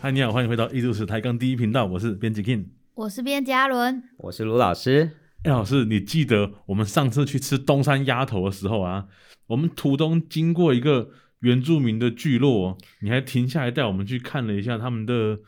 嗨，你好，欢迎回到艺术史抬杠第一频道，我是编辑 King。我是边嘉伦，我是卢老师。哎，老师，你记得我们上次去吃东山鸭头的时候啊，我们途中经过一个原住民的聚落，哦你还停下来带我们去看了一下他们的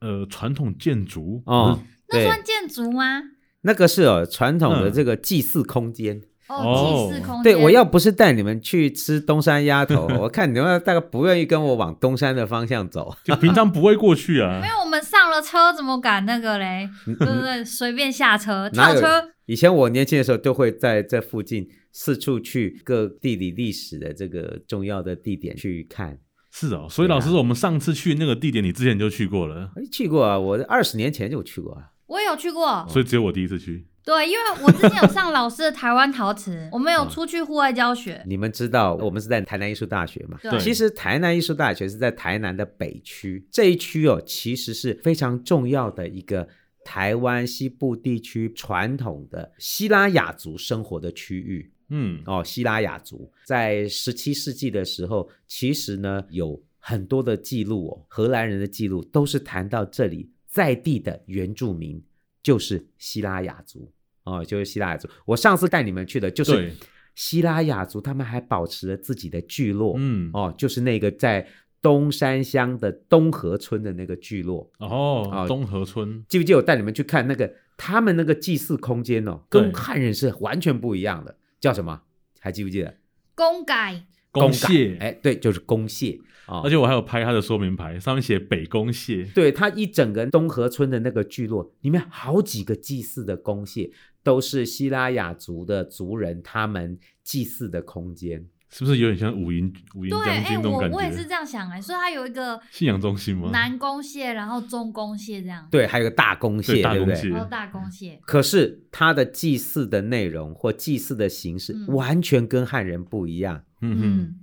呃传统建筑哦， 那对，算建筑吗？那个是哦，传统的嗯这个祭祀空间。哦哦，祭祀空间。对，我要不是带你们去吃东山鸭头，我看你们大概不愿意跟我往东山的方向 走。就平常不会过去啊没。有，我们上了车怎么敢那个嘞？对不对？随便下车，哪跳有车。以前我年轻的时候，就会在这附近四处去各地理历史的这个重要的地点去看。是哦，所以老师，对啊我们上次去那个地点，你之前就去过了，哎，去过啊，我二十年前就去过啊。我也有去过，所以只有我第一次去。对，因为我之前有上老师的台湾陶瓷，我哦们有出去户外教学，你们知道，我们是在台南艺术大学嘛？对其实台南艺术大学是在台南的北区，这一区哦，其实是非常重要的一个台湾西部地区传统的希拉雅族生活的区域嗯，哦。希拉雅族在十七世纪的时候，其实呢有很多的记录哦，荷兰人的记录都是谈到这里在地的原住民就是希拉雅族哦，就是希拉雅族。我上次带你们去的就是对，希拉雅族，他们还保持了自己的聚落。嗯，哦，就是那个在东山乡的东河村的那个聚落，哦啊，东河村，记不记得我带你们去看那个他们那个祭祀空间哦，跟对汉人是完全不一样的，叫什么？还记不记得？公改公改蟹，哎，对，就是公蟹啊。而且我还有拍它的说明牌，上面写北宫蟹。对它一整个东河村的那个聚落，里面好几个祭祀的公蟹，都是希拉雅族的族人他们祭祀的空间。是不是有点像五营五营对，将哎、军那种我感我也是觉？这样想哎、所以它有一个信仰中心吗？南宫蟹，然后中宫蟹这样，对，还有个大公蟹，对大对不公对？嗯蟹然后大宫蟹，可是他的祭祀的内容或祭祀的形式嗯完全跟汉人不一 样。嗯哼，嗯，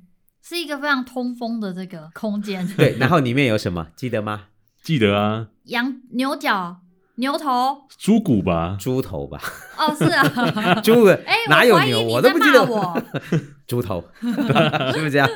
是一个非常通风的这个空间。 对，然后里面有什么？记得吗？记得啊，羊牛角、牛头，猪骨吧，猪头吧， 哦，是啊。猪的哎、哪我有怀疑牛？你都在不记骂得 我。猪头， 是不是这样？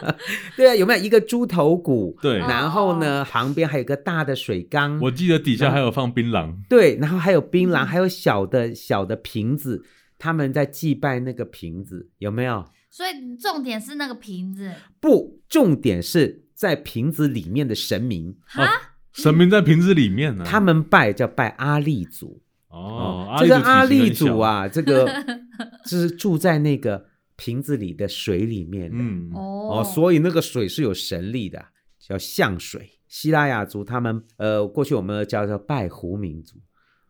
对啊，有没有一个猪头骨？对哦然后呢，旁边还有一个大的水缸。我记得底下还有放槟榔，对，然后还有槟榔，嗯还有小的小的瓶子，他们在祭拜那个瓶子，有没有？所以重点是那个瓶子，不，重点是在瓶子里面的神明，哈、哦神明在瓶子里面呢、他们拜叫拜阿利祖。哦，这个嗯阿力力祖， 啊，这个就是住在那个瓶子里的水里面的、嗯，哦哦，所以那个水是有神力的，叫象水。希拉雅族他们呃，过去我们叫做拜湖民族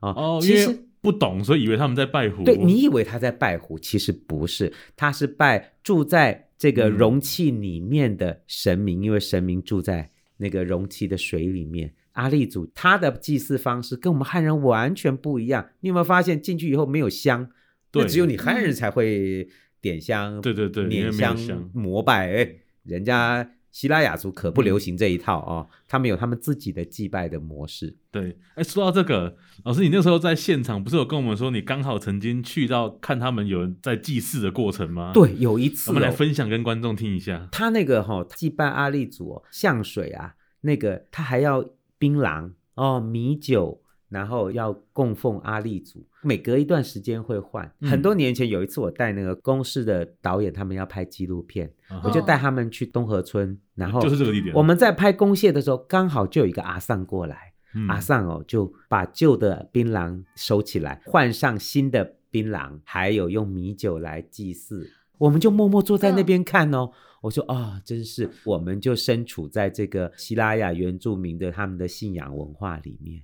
啊，哦，因其为实不懂，所以以为他们在拜火。对你以为他在拜湖，其实不是，他是拜住在这个嗯容器里面的神明，因为神明住在那个容器的水里面。阿力族他的祭祀方式跟我们汉人完全不一样，你有没有发现进去以后没有香？对那只有你汉人才会点香，对对对因为点没有香香嗯膜拜。哎，人家希拉雅族可不流行这一套哦，他们有他们自己的祭拜的模式。对，哎，说到这个，老师，你那时候在现场不是有跟我们说，你刚好曾经去到看他们有人在祭祀的过程吗？，对，有一嗯次、我哦、们来分享跟观众听一下。他那个哈、祭拜阿力祖、哦、像水啊，那个他还要槟榔哦、米酒，然后要供奉阿力祖，每隔一段时间会换。嗯很多年前有一次，我带那个公视的导演他们要拍纪录片，啊我就带他们去东河村，然后就是这个地点，我们在拍公蟹的时候，刚好就有一个阿丧过来。嗯阿尚哦，就把旧的槟榔收起来，换上新的槟榔，还有用米酒来祭祀。我们就默默坐在那边看哦。我说啊、真是，我们就身处在这个希拉雅原住民的他们的信仰文化里面。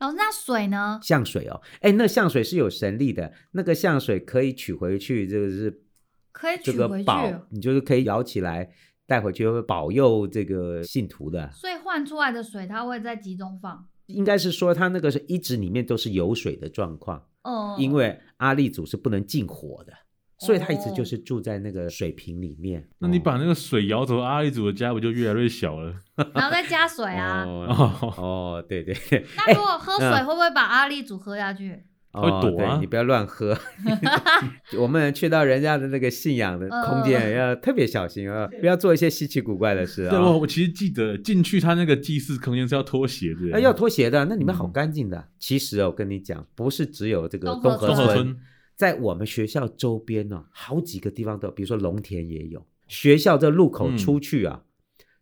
老师，那水呢？象水哦，哎，那象水是有神力的，那个象水可以取回去，这个是可以这取个回去，宝，你就是可以摇起来带回去，会保佑这个信徒的。所以换出来的水它会在集中放。应该是说，它那个是一直里面都是有水的状况。哦、因为阿力祖是不能进火的，所以他一直哦就是住在那个水瓶里面。那你把哦那个水摇走，阿一祖的家不就越来越小了？然后再加水啊。哦哦，哦，对对，那如果喝水嗯会不会把阿力组喝下去？ 他会躲哦对啊你不要乱喝。 我们去到人家的那个信仰的嗯空间，要特别小心啊，不要做一些稀奇古怪的 事对，我啊。我其实记得进去他那个祭祀空间是要脱鞋的，哎，要脱鞋的，那里面好嗯干净的。其实哦，我跟你讲，不是只有这个东河东河东河村 村，在我们学校周边呢、好几个地方都有，比如说龙田也有。学校这路口嗯出去啊，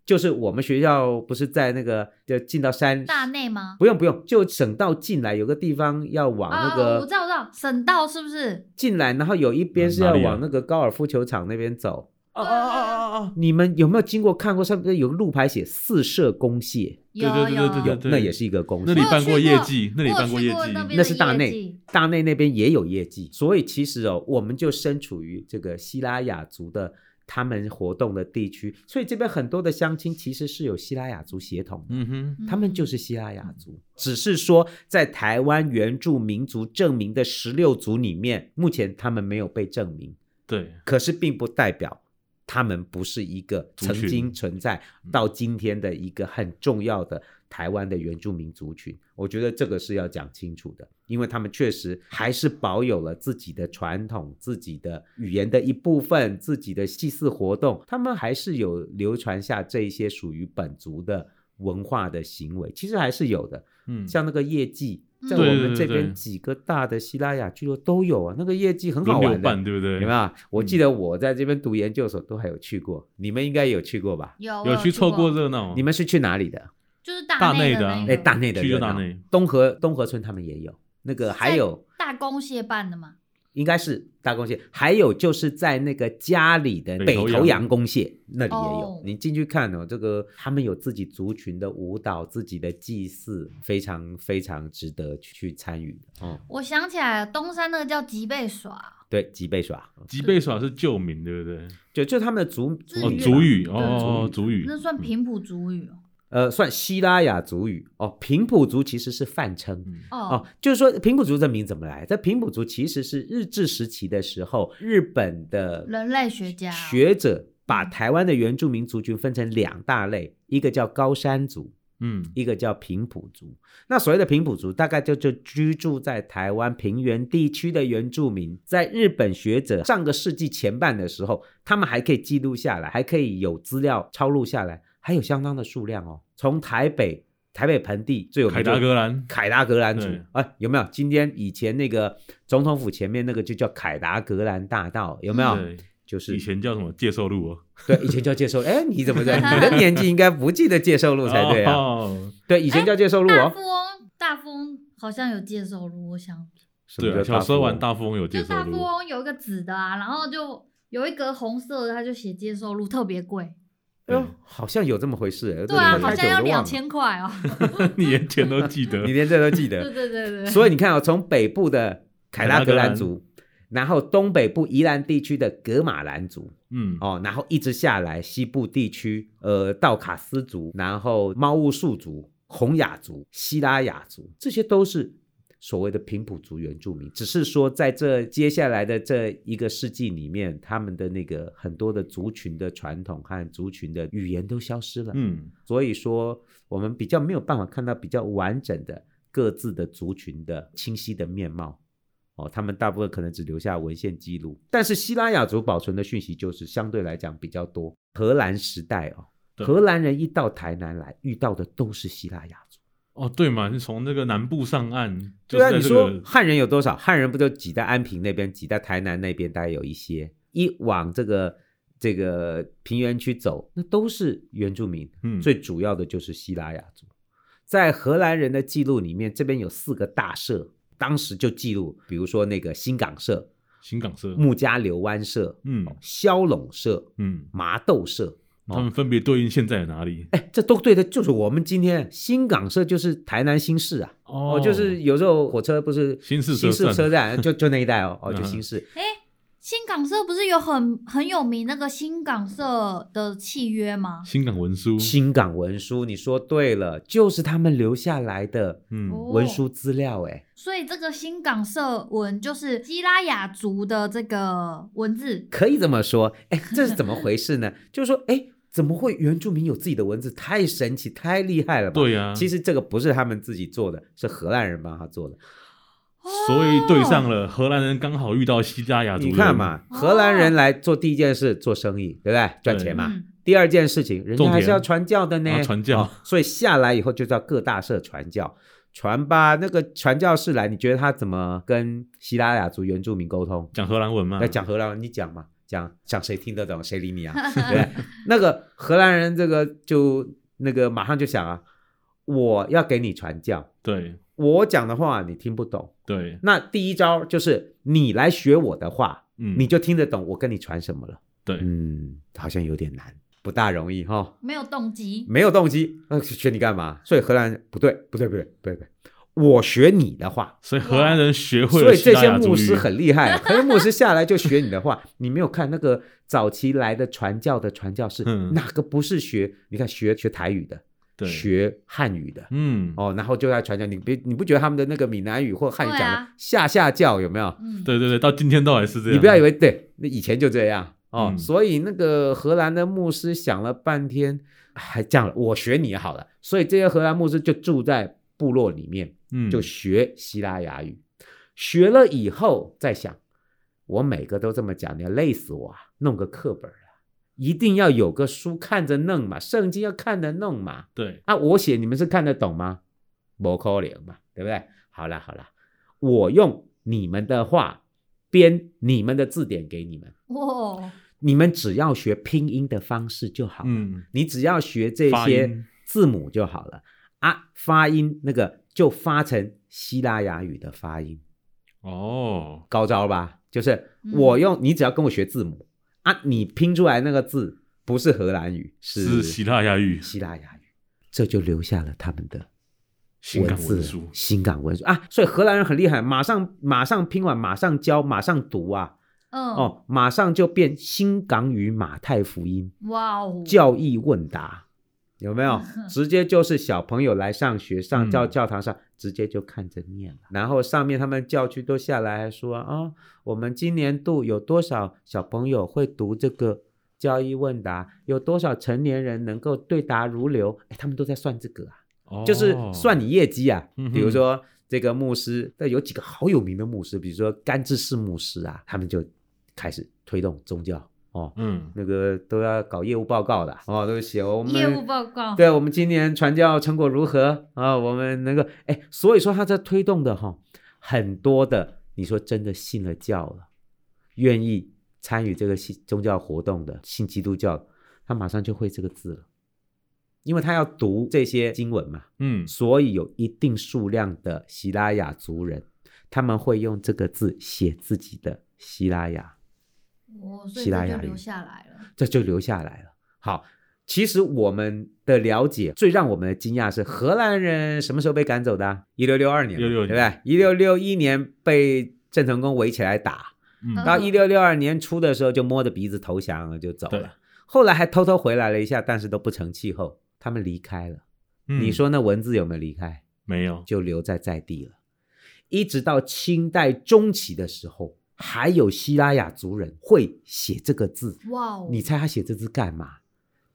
就是我们学校不是在那个就进到山，大内吗？不用不用，就省道进来有个地方要往那啊，我个知道，我知道，省道是不是？进来，然后有一边是要哪里啊往那个高尔夫球场那边走。啊啊啊啊啊！你们有没有经过看过上面有个路牌写四社公蟹？ 有对对对对有对，那也是一个公那蟹里。办我过有去业过绩，那里我有办过去业过那绩，边那是大业绩内，大内那边也有业绩，所以其实哦，我们就身处于这个希拉雅族的他们活动的地区，所以这边很多的乡亲其实是有希拉雅族血统的。嗯哼，他们就是希拉雅族，只是说在台湾原住民族证明的十六族里面，目前他们没有被证明，对，可是并不代表他们不是一个曾经存在嗯到今天的一个很重要的台湾的原住民族群。我觉得这个是要讲清楚的，因为他们确实还是保有了自己的传统、自己的语言的一部分、自己的祭祀活动，他们还是有流传下这一些属于本族的。文化的行为其实还是有的，嗯，像那个业绩，嗯在我们对对这对边对几个大的希拉雅聚落都有啊，那个业绩很轮好流玩的，办，对不对？嗯有没有？我记得我在这边读研究所都还有去过，你们应该有去过吧？有有有去凑过过，热闹？你们是去哪里的？就是大大内内的啊那哎，个大内的哦嗯去热就大闹内东河东河村他们也有，那个还有大公蟹办的嘛，应该是大公蟹，还有就是在那个家里的北北头头洋洋公蟹那里也有哦。你进去看哦，这个他们有自己族群的舞蹈、自己的祭祀，非常非常值得去参与的。哦，我想起来了，东山那个叫吉贝耍，对，吉贝耍，吉贝耍是旧名，对不对？就就他们的族自哦，语主吧语对哦，族主语，那嗯算平埔族语哦呃，算希拉雅族语哦，平埔族其实是泛称。嗯哦哦，，就是说平埔族这名怎么来？在平埔族其实是日治时期的时候，日本的人类学家哦嗯学者把台湾的原住民族群分成两大类，一个叫高山族，嗯，一个叫平埔族。那所谓的平埔族，大概就就居住在台湾平原地区的原住民，在日本学者上个世纪前半的时候，他们还可以记录下来，还可以有资料抄录下来，还有相当的数量哦。从台北台北盆地最有名凯就达格兰，凯达格兰族对啊，有没有？今天以前那个总统府前面那个就叫凯达格兰大道，有没有？对，就是以前叫什么介寿路哦，对，以前叫介寿。哎，你怎么在？你的年纪应该不记得介寿路才对啊。 哦对，以前叫介寿路大哦。富翁，大富翁好像有介绍路，我想什对么啊，叫小时候富玩翁大富翁有就介是寿大富路，翁有一个紫的啊，然后就有一格红色的，他就写接受路特别贵，哎呦，好像有这么回事。哎对啊，这个好太久像要都忘两了千块哦。 你连钱都记得你，连这都记对得。对对对，所以你看哦，从北部的凯达格兰族，然后东北部宜兰地区的格马兰族，嗯，哦，然后一直下来西部地区，呃，道卡斯族，然后猫雾树族、洪雅族、希拉雅族，这些都是所谓的平埔族原住民。只是说，在这接下来的这一个世纪里面，他们的那个很多的族群的传统和族群的语言都消失了。，嗯，所以说我们比较没有办法看到比较完整的各自的族群的清晰的面貌。哦，他们大部分可能只留下文献记录，但是希拉雅族保存的讯息就是相对来讲比较多。荷兰时代哦，对荷兰人一到台南来，遇到的都是希拉雅族。哦，对嘛，是从那个南部上岸，就对啊，是在你这说个汉人有多少？汉人不就挤在安平那边，挤在台南那边，大概有一些。一往这个这个平原区走，那都是原住民。嗯最主要的就是希拉雅族。在荷兰人的记录里面，这边有四个大社，当时就记录，比如说那个新港社、新港社，穆加流湾社、嗯骁龙社、嗯，麻豆社。他们分别对应现在的哪里？哎，这都对的，就是我们今天新港社就是台南新市啊。哦哦，就是有时候火车不是新市车新市站车站，就就那一带哦，哦，就嗯新市。新港社不是有很很有名那个新港社的契约吗？新港文书，新港文书，你说对了，就是他们留下来的嗯哦文书资料，哎，所以这个新港社文就是基拉雅族的这个文字，可以这么说，哎，这是怎么回事呢？ 就是说，哎，怎么会原住民有自己的文字？太神奇，太厉害了吧？对呀，啊其实这个不是他们自己做的，是荷兰人帮他做的。所以对上了荷兰人，刚好遇到西班牙族你人看，嘛，哦荷兰人来做第一件事做生意，对不对？赚钱嘛。嗯第二件事情，人种家田还是要传教的然呢，后传教哦所以下来以后就叫各大社传教，传吧。那个传教士来，你觉得他怎么跟希腊雅族原住民沟通？讲荷兰文嘛来，讲荷兰文，你讲嘛，讲讲谁听得懂，谁理你 啊？对不对，那个荷兰人这个就那个马上就想啊，我要给你传教，对我讲的话你听不懂，对，那第一招就是你来学我的话，嗯，你就听得懂我跟你传什么了。对嗯，好像有点难，不大容易哈、没有动机，没有动机，那学你干嘛？所以荷兰人不对，不对，不对，不对，不对，我学你的话。所以荷兰人 学会所了以西这班些牙牧族师语，很 厉害，很多牧师下来就学你的话。你没有看那个早期来的传教的传教士，嗯哪个不是学？你看学学台语的，对，学汉语的，嗯，哦，然后就在传教。你别你不觉得他们的那个闽南语或汉语对啊讲的下下教有没有？嗯，对对对，到今天都还是这样。你不要以为对，那以前就这样哦。嗯所以那个荷兰的牧师想了半天，还这样了，我学你好了。所以这些荷兰牧师就住在部落里面，嗯，就学希腊雅语，学了以后再想，我每个都这么讲，你要累死我啊！弄个课本啊，一定要有个书看着弄嘛，圣经要看着弄嘛。对，啊，我写你们是看得懂吗？不可能嘛，对不对？好啦好啦，我用你们的话编你们的字典给你们，哇，哦你们只要学拼音的方式就好了，嗯，你只要学这发些音字母就好了啊，发音那个就发成希腊雅语的发音，哦，高招吧？就是嗯我用、你只要跟我学字母啊，你拼出来那个字不是荷兰语，是希腊雅语，希腊雅语，这就留下了他们的性感字文书，新港文书啊，所以荷兰人很厉害，马上马上拼完，马上教，马上读啊，嗯，哦，马上就变新港语马太福音哇哦，教义问答，有没有嗯？直接就是小朋友来上学，上嗯教教堂上、直接就看着念了，然后上面他们教区都下来说啊、哦我们今年度有多少小朋友会读这个。教义问答有多少成年人能够对答如流？哎，他们都在算这个啊。哦就是算你业绩啊嗯。哼比如说这个牧师，但有几个好有名的牧师，比如说甘志士牧师啊，他们就开始推动宗教哦，嗯，那个都要搞业务报告的哦，都写我们业务报告，对，我们今年传教成果如何啊？我们能够哎，所以说他在推动的哈、很多的，你说真的信了教了，愿意参与这个信宗教活动的，信基督教，他马上就会这个字了，因为他要读这些经文嘛。嗯，所以有一定数量的希拉雅族人，他们会用这个字写自己的希拉雅，哦，所以希腊这就雅语留下来了，这就留下来了。好，其实我们的了解最让我们的惊讶是，荷兰人什么时候被赶走的？一六六二年嘛， 1662对不对？一六六一年被郑成功围起来打，嗯，然到嗯一六六二年初的时候就摸着鼻子投降了，就走对了。后来还偷偷回来了一下，但是都不成气候，他们离开了。嗯你说那文字有没有离开？没有？就留在在地了。一直到清代中期的时候，还有希拉雅族人会写这个字。哇哦，你猜他写这字干嘛？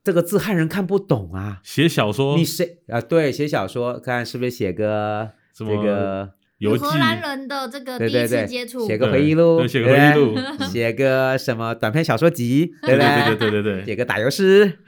这个字汉人看不懂啊！写小说你谁啊？对，写小说看是不是写个什这么个？游记荷兰人的这个第对一对次对，接触，写个回忆录，对写个对回忆不对 录嗯写个什么短篇小说集，对对对不对对对写对个打油诗，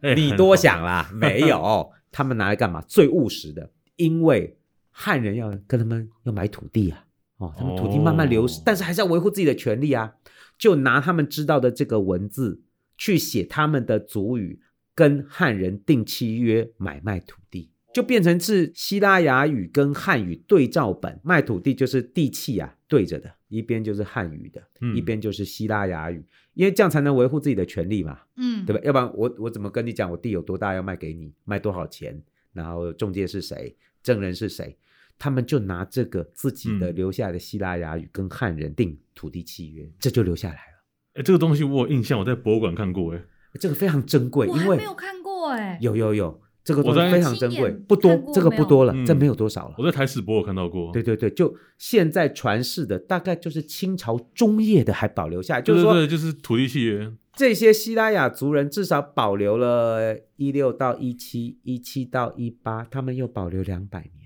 哎， 你很多好 想啦，没有，他们拿来干嘛？最务实的，因为汉人要跟他们要买土地啊，哦，他们土地慢慢流失，哦但是还是要维护自己的权利啊，就拿他们知道的这个文字去写他们的族语，跟汉人订契约买卖土地。就变成是希腊雅语跟汉语对照本，卖土地就是地契啊，对着的，一边就是汉语的，嗯一边就是希腊雅语，因为这样才能维护自己的权利嘛。嗯，对吧？要不然我我怎么跟你讲我地有多大要卖给你，卖多少钱，然后中介是谁，证人是谁？他们就拿这个自己的嗯留下来的希腊雅语跟汉人订土地契约，这就留下来了。哎，这个东西我有印象，我在博物馆看过，哎，这个非常珍贵，我因还为没有看过哎，有有有这个东我在西非常珍亲贵，眼不多看过，这个没有不多了，嗯这没有多少了。我在台史博有看到过，对对对，就现在传世的大概就是清朝中叶的还保留下来，就对是对说对，就是土地契约，这些希拉雅族人至少保留了一六到一七、一七到一八，他们又保留两百年。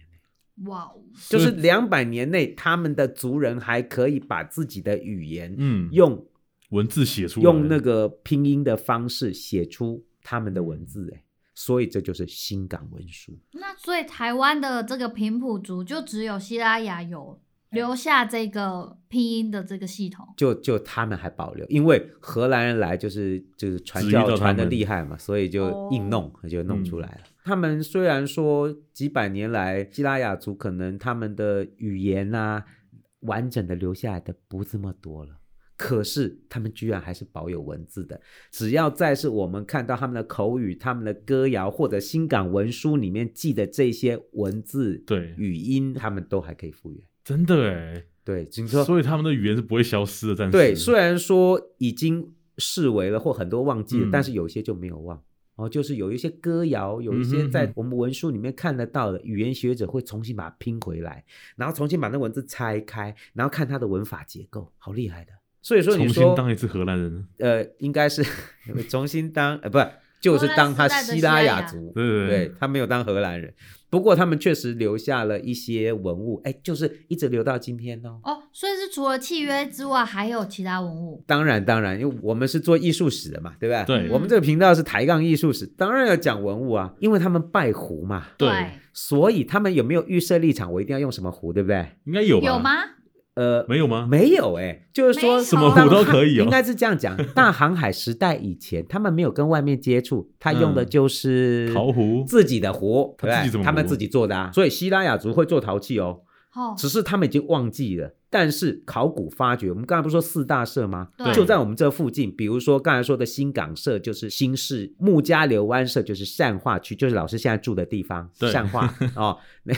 哇哦，就是所以两百年内，他们的族人还可以把自己的语言嗯，用文字写出来，用那个拼音的方式写出他们的文字，哎，所以这就是新港文书。那所以台湾的这个平埔族就只有西拉雅有留下这个拼音的这个系统。就就他们还保留，因为荷兰人来就是就是传指教导他传的们嗯厉害嘛，所以就硬弄、就弄出来了。他们虽然说几百年来基拉雅族可能他们的语言啊完整的留下来的不这么多了。可是他们居然还是保有文字的，只要再是我们看到他们的口语、他们的歌谣或者新港文书里面记的这些文字、对，语音，他们都还可以复原。真的哎，对，你说所以他们的语言是不会消失的，暂时对，虽然说已经视为了或很多忘记了，嗯但是有一些就没有忘。哦，就是有一些歌谣，有一嗯些哼在哼我们文书里面看得到的，语言学者会重新把它拼回来，然后重新把那文字拆开，然后看它的文法结构，好厉害的。所以说，你重说新当一次荷兰人，呃，应该是 重新当呃， 不就是当他希拉雅族，对对对对他没有当荷兰人，不过他们确实留下了一些文物，哎，就是一直留到今天哦。哦，所以是除了契约之外，还有其他文物。当然，当然，因为我们是做艺术史的嘛，对吧？对我们这个频道是抬杠艺术史，当然要讲文物啊，因为他们拜壶嘛，对，所以他们有没有预设立场？我一定要用什么壶，对不对？应该有吧？有？吗？呃，没有吗？没有哎、就没是说有什么壶都可以哦应该是这样讲。大航海时代以前，他们没有跟外面接触，他用的嗯就是陶壶自己的壶，对不他自己怎对？么他们壶自己做的啊，所以希拉雅族会做陶器哦，哦，只是他们已经忘记了。但是考古发掘，我们刚才不是说四大社吗？对就在我们这附近，比如说刚才说的新港社就是新市，穆家柳湾社就是善化区，就是老师现在住的地方，对善化哦。 那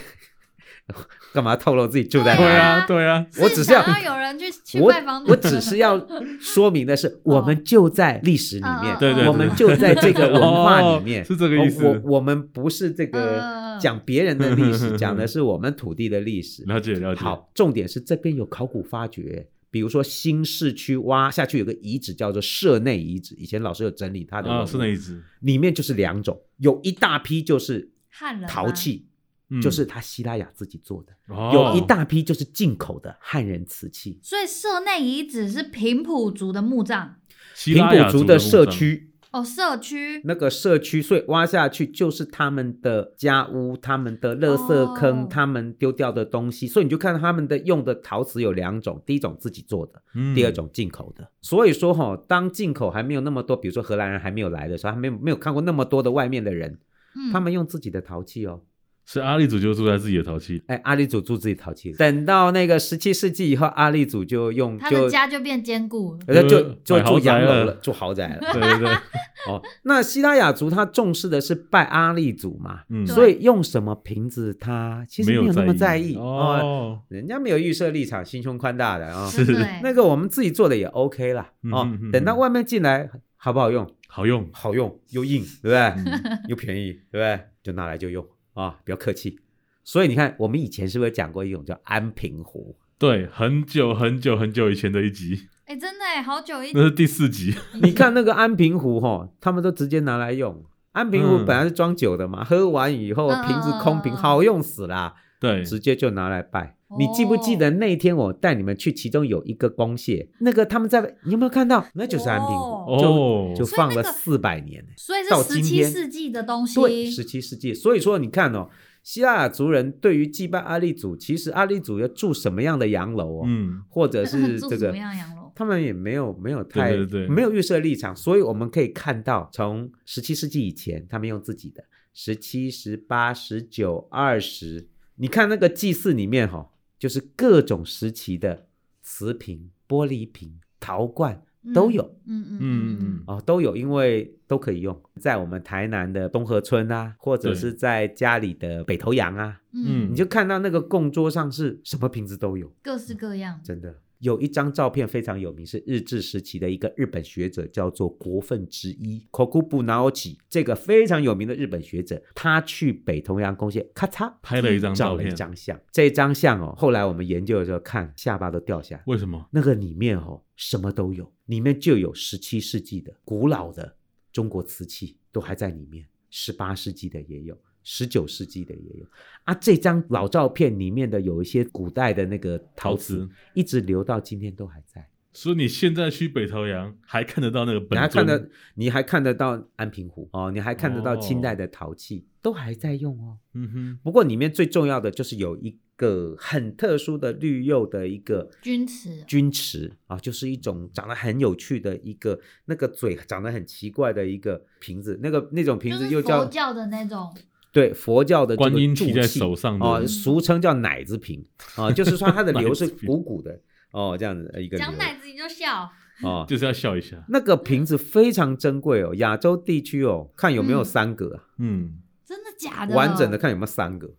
干嘛透露自己住在对对哪？啊，对啊，我只是想要有人 去去我拜访哦你我只是要说明 的是，我们就在历史里面嗯，对对对我们就在这个文化里 面，哦是这个意思我我们不是这嗯个嗯嗯讲别人的历 史，讲的是我们土地的历史。了解了解。，好，重点是这边有考古发掘，比如说新市区挖下去有个遗址叫做社内遗址，以前老师有整理它的文啊，物是那一只，里面就是两种，有一大批就是汉人吗陶，器，嗯就是他希拉雅自己做的，哦有一大批就是进口的汉人瓷器，所以社内遗址是平埔族的墓葬希平腊雅埔族族的墓社葬，区。哦，社区那个社区，所以挖下去就是他们的家屋、他们的垃圾坑、哦他们丢掉的东西，所以你就看他们的用的陶瓷有两种，第一种自己做的，嗯第二，种进口的。所以说哈、当进口还没有那么多，比如说荷兰人还没有来的时候，还没有没有看过那么多的外面的人，嗯，他们用自己的陶器哦。是阿力族就住在自己的陶 器，哎，阿里祖住自己 陶器，等到那个十七世纪以后，阿里祖就用他就们家就变坚固了。呃就就买豪住宅洋楼了了，住豪宅了。对对对， 哦，那希拉雅族他重视的是拜阿力祖嘛，嗯，所以用什么瓶子他其实没有那么在意哦，哦，人家没有预设立场，心胸宽大的啊、是真的欸那个我们自己做的也 OK 啦，哦，嗯哼哼等到哼外面进来好不好用？好用，好用又硬，对不对？嗯 又便宜，对不对？就拿来就用啊，不要客气。所以你看，我们以前是不是讲过一种叫安 平壶？对，很久很久很久以前的一集， 哎、真的哎、好久一那是第四集，嗯你看那个安平壶哈、他们都直接拿来用。安平壶嗯本来是装酒的嘛，喝完以后嗯瓶子空瓶，嗯嗯嗯好用死啦，对，直接就拿来拜。哦你记不记得那天我带你们去，其中有一个公蟹，那个他们在，你有没有看到？那就是安平壶，哦，就所以放那了个四百年、欸。所以是到十今七天世纪的东西，对，十七世纪。所以说，你看哦，希腊族人对于祭拜阿利祖，其实阿利祖要住什么样的洋楼哦，嗯，或者是住这什么个，样的洋楼？他们也没有没有太对对对没有预设立场，所以我们可以看到，从十七世纪以前，他们用自己的十七、十八、十九、二十，你看那个祭祀里面哈、哦，就是各种时期的瓷瓶、玻璃瓶、陶罐都有。嗯嗯嗯嗯哦，都有，因为都可以用，在我们台南的东河村啊，或者对是在家里的北头洋啊，嗯嗯你就看到那个供桌上是什么瓶子都有，各式各样。真的。有一张照片非常有名，是日治时期的一个日本学者，叫做国分之一 （Kokubu Naoki）。这个非常有名的日本学者，他去北同洋公蟹，咔嚓拍了一张照照了一片，张相。这张相哦，后来我们研究的时候看，下巴都掉下来。为什么？那个里面哦，什么都有，里面就有十七世纪的古老的中国瓷器都还在里面，十八世纪的也有，十九世纪的也有啊。这张老照片里面的有一些古代的那个陶陶瓷瓷，一直留到今天都还在。所以你现在去北朝阳还看得到那个你本还尊，看得，你还看得到安平湖哦，你还看得到清代的陶器，都还在用哦。嗯哼，不过里面最重要的就是有一个很特殊的绿釉的一个钧瓷钧池啊，就是一种长得很有趣的一个那个嘴长得很奇怪的一个瓶子，那个那种瓶就子是又佛叫教的那种，对佛教的这个观音提柱在器手上的啊，俗称叫奶子瓶啊，就是说它的奶流是子瓶鼓鼓的哦，这样子一个讲流奶子你就笑，哦，就是要笑一下，那个瓶子非常珍贵哦，亚洲地区哦，看有没有嗯三个啊，嗯，真的假的？完整的，看有没有三个。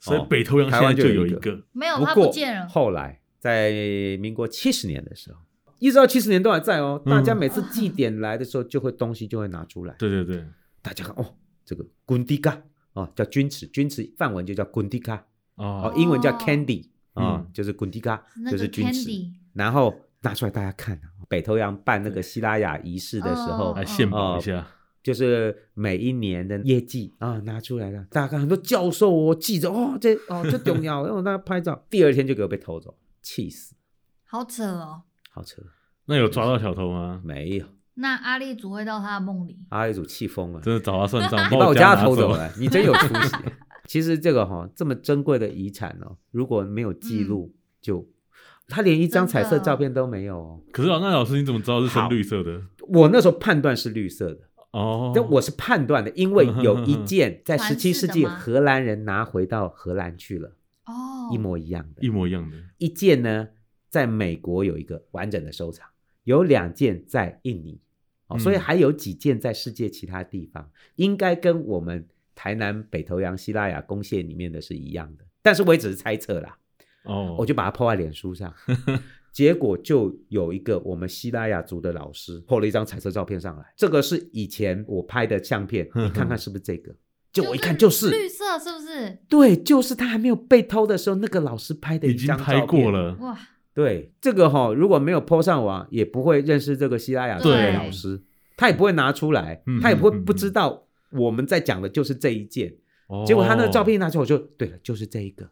所以北朝阳台现湾在哦就就有有一一个个，没有不它过不见了。后来在民国七十年的时候，一直到七十年都还在哦。嗯大家每次祭典来的时候，就会东西就会拿出来，对对对，大家看哦，这个 gundika 哦，叫钧尺，钧尺范文就叫 gundika 哦哦，，英文叫哦 candy 啊嗯，就是 gundika，那就个是钧尺。 Candy 然后拿出来大家看啊，北头洋办那个希拉雅仪式的时候哦来，献宝一下，就是每一年的业绩啊，拿出来了，大家看很多教授哦，记者哦，这哦这重要，然后大家拍照，第二天就给我被偷走，气死，好扯哦。好扯，那有抓到小偷吗？没有，那阿力主会到他的梦里，阿一组气疯了，真的找他算账， 你把我家家拿偷走走，了，你真有出息。 其实这个哈、这么珍贵的遗产哦，如果没有记录，就他连一张彩嗯色真的照片都没有哦。可是老那老师你怎么知道是深绿色 的？我那时候判断是绿色的，哦，但我是判断的，因为有一件在传十世七世的纪吗荷兰人拿回到荷兰去了，哦，一模一样的一。模一样的，一件呢，在美国有一个完整的收藏，有两件在印尼，哦，嗯所以还有几件在世界其他地方，应该跟我们台南北投洋希拉雅公线里面的是一样的。但是我也只是猜测啦，哦，我就把它抛在脸 书上，结果就有一个我们希拉雅族的老师破了一张彩色照片上来，这个是以前我拍的 相片，你看看是不是这个？就我一看就是，绿色，是不是？对，就是他还没有被偷的时候，那个老师拍的一已经张照拍片。过了，哇，对这个哈、如果没有 PO 上网，也不会认识这个希拉雅族的对老师，他也不会拿出来，嗯他也不会嗯嗯不知道我们在讲的就是这一件。哦结果他那个照片一拿出来，我就对了，就是这一个，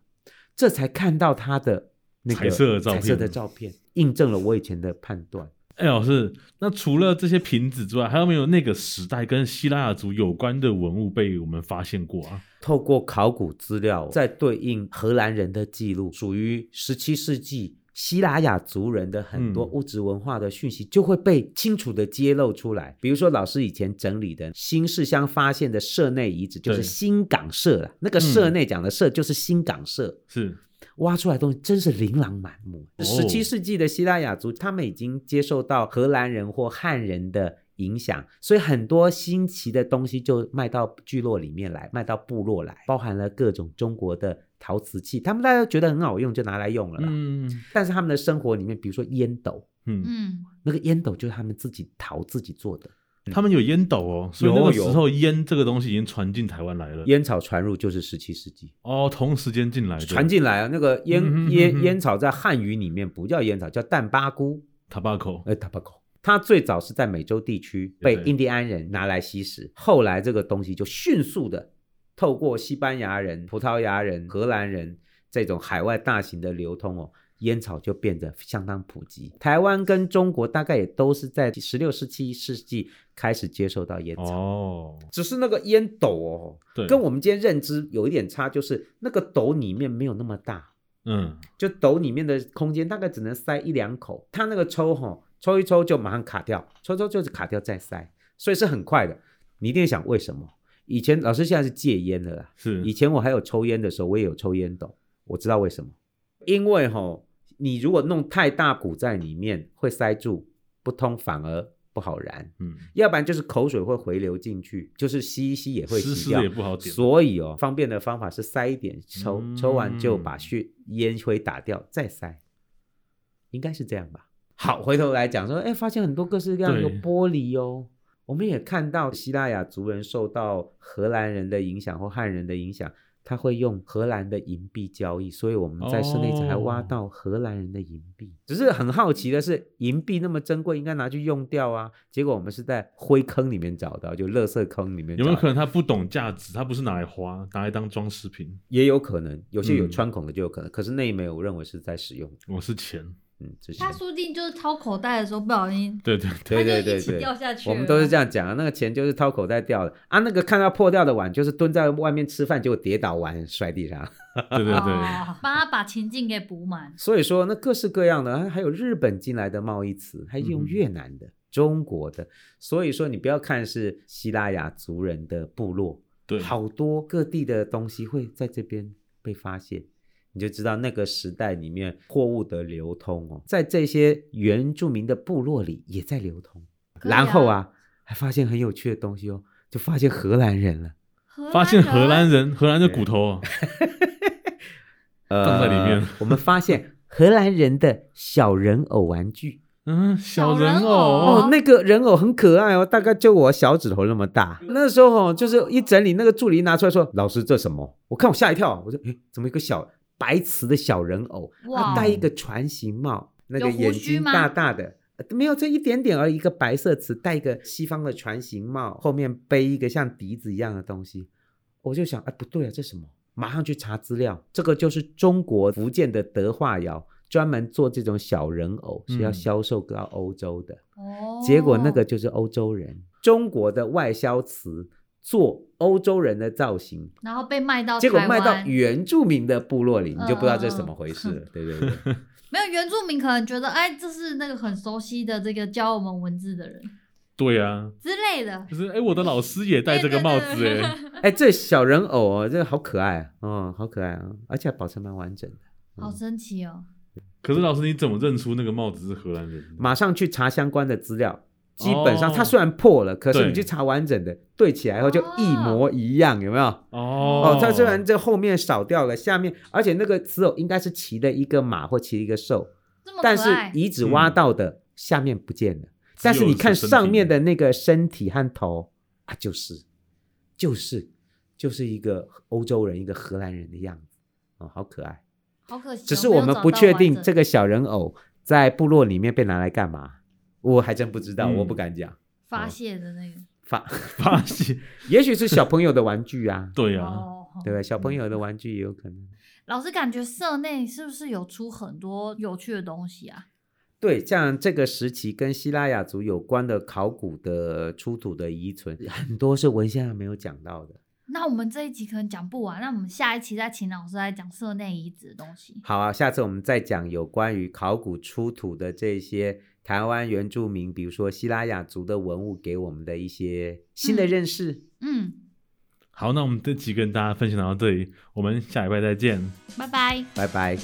这才看到他的那个彩色的照片彩色的照片，印证了我以前的判断。哎，老师，那除了这些瓶子之外，还有没有那个时代跟希腊雅族有关的文物被我们发现过啊？透过考古资料，再对应荷兰人的记录，属于十七世纪希拉雅族人的很多嗯物质文化的讯息，就会被清楚的揭露出来。比如说，老师以前整理的新市乡发现的社内遗址，就是对嗯新港社啦。那个社内讲的社就是新港社，是，挖出来的东西真是琳琅满目。哦十七世纪的希腊雅族，他们已经接受到荷兰人或汉人的影响，所以很多新奇的东西就卖到聚落里面来，卖到部落来，包含了各种中国的陶瓷器，他们大家都觉得很好用，就拿来用了啦。嗯但是他们的生活里面，比如说烟斗，嗯，嗯，那个烟斗就是他们自己陶自己做的，他们有烟斗哦，所以那个时嗯有候烟这个东西已经传进台湾来了，烟草传入就是十七世纪。哦，同时间进来的，传进来啊，那个烟、嗯哼哼烟哼烟草在汉语里面不叫烟草，叫淡巴菇。 tobacco，呃，tobacco。它最早是在美洲地区被对印第安人拿来吸食，后来这个东西就迅速的透过西班牙人、葡萄牙人、荷兰人这种海外大型的流通哦，烟草就变得相当普及。台湾跟中国大概也都是在十六、十七世纪开始接受到烟草，哦，只是那个烟斗哦，对，跟我们今天认知有一点差，就是那个斗里面没有那么大，嗯，就斗里面的空间大概只能塞一两口，它那个抽吼，抽一抽就马上卡掉，抽抽就是卡掉再塞，所以是很快的。你一定想为什么？以前老师现在是戒烟的啦，是以前我还有抽烟的时候，我也有抽烟斗，我知道为什么，因为吼，你如果弄太大股在里面会塞住不通，反而不好燃。嗯，要不然就是口水会回流进去，就是吸一吸也会湿吸湿掉的也，不好点，所以哦，方便的方法是塞一点，抽、嗯抽完就把血烟灰打掉，再塞，应该是这样吧。好，回头来讲说，哎，发现很多各式各样对有玻璃哦。我们也看到希腊雅族人受到荷兰人的影响或汉人的影响，他会用荷兰的银币交易，所以我们在室内才哦挖到荷兰人的银币。只是很好奇的是，银币那么珍贵，应该拿去用掉啊。结果我们是在灰坑里面找到，就垃圾坑里面有找到。没有可能他不懂价值？他不是拿来花，拿来当装饰品？也有可能，有些有嗯穿孔的就有可能。可是那一枚我认为是在使用的，我是钱。嗯，这些他说不定就是掏口袋的时候不小心，对对对它对就对一起对，掉下去我了。们都是这样讲啊，那个钱就是掏口袋掉的啊，那个看到破掉的碗就是蹲在外面吃饭，结果跌倒碗 摔地上。对对对 对，啊哦帮他把情境给补满。所以说，那各式各样的，啊还有日本进来的贸易词，还嗯用哼越南的、中国的。所以说，你不要看是希腊雅族人的部落，对好多各地的东西会在这边被发现，你就知道那个时代里面货物的流通哦，在这些原住民的部落里也在流通。可以啊然后啊，还发现很有趣的东西哦，就发现荷兰人了，发现荷兰人人荷兰的骨头啊，呃放在里面。 我们发现荷兰人的小人偶玩具嗯，小小人人偶偶哦，那个人偶很可爱哦，大概就我小指头那么大。那时候哦，就是一整理，那个助理拿出来说：“老师，这什么？”我看我吓一跳，我说：“诶，怎么一个小白瓷的小人偶？哇他啊戴一个船形帽，那个有胡眼须睛吗大大的。”呃没有，这一点点而已。一个白色词，戴一个西方的船形帽，后面背一个像笛子一样的东西，我就想，哎，不对啊，这什么？马上去查资料，这个就是中国福建的德化窑，专门做这种小人偶，是要嗯销售到欧洲的。哦，结果那个就是欧洲人，中国的外销词做欧洲人的造型，然后被卖到结果哦台卖到湾原住民的部落里，你就不知道这嗯是嗯怎么回事了，对对对。没有原住民可能觉得哎，这是那个很熟悉的这个教我们文字的人对啊，之类嗯的。就是哎，我的老师也戴这个帽子哎，对对对 哎，这小人偶哦，这好可爱啊，哦，好可爱啊，而且还保存蛮完整的。好神奇哦！可是老师你怎么认出那个帽子是荷兰人 的？马上去查相关的资料，基本上哦它虽然破了，可是你对去查完整的，对起来以后哦就一模一样，有没有？哦哦，它虽然这后面少掉了，下面而且那个雌偶应该是骑了一个马或骑了一个兽，这么但可是爱，遗址挖到的下面不见了，嗯但是你看身体上面的那个身体和头啊，就是，就是，就是一个欧洲人，一个荷兰人的样子，哦，好可爱。好可惜哦。只是我没有们找不到确完定整这个小人偶在部落里面被拿来干嘛，我还真不知道，嗯我不敢讲。发泄的那个。发，发现，，也许是小朋友的玩具啊 对啊，哦，对吧？小朋友的玩具也有可能。老师感觉社内是不是有出很多有趣的东西啊？对，像这个时期跟希腊雅族有关的考古的出土的遗存，很多是文献上没有讲到的。那我们这一集可能讲不完，那我们下一期再请老师来讲社内遗址的东西。好啊，下次我们再讲有关于考古出土的这些台湾原住民，比如说希拉雅族的文物，给我们的一些新的嗯认识。嗯，好，那我们这集跟大家分享到这里，我们下礼拜再见。拜拜。拜拜。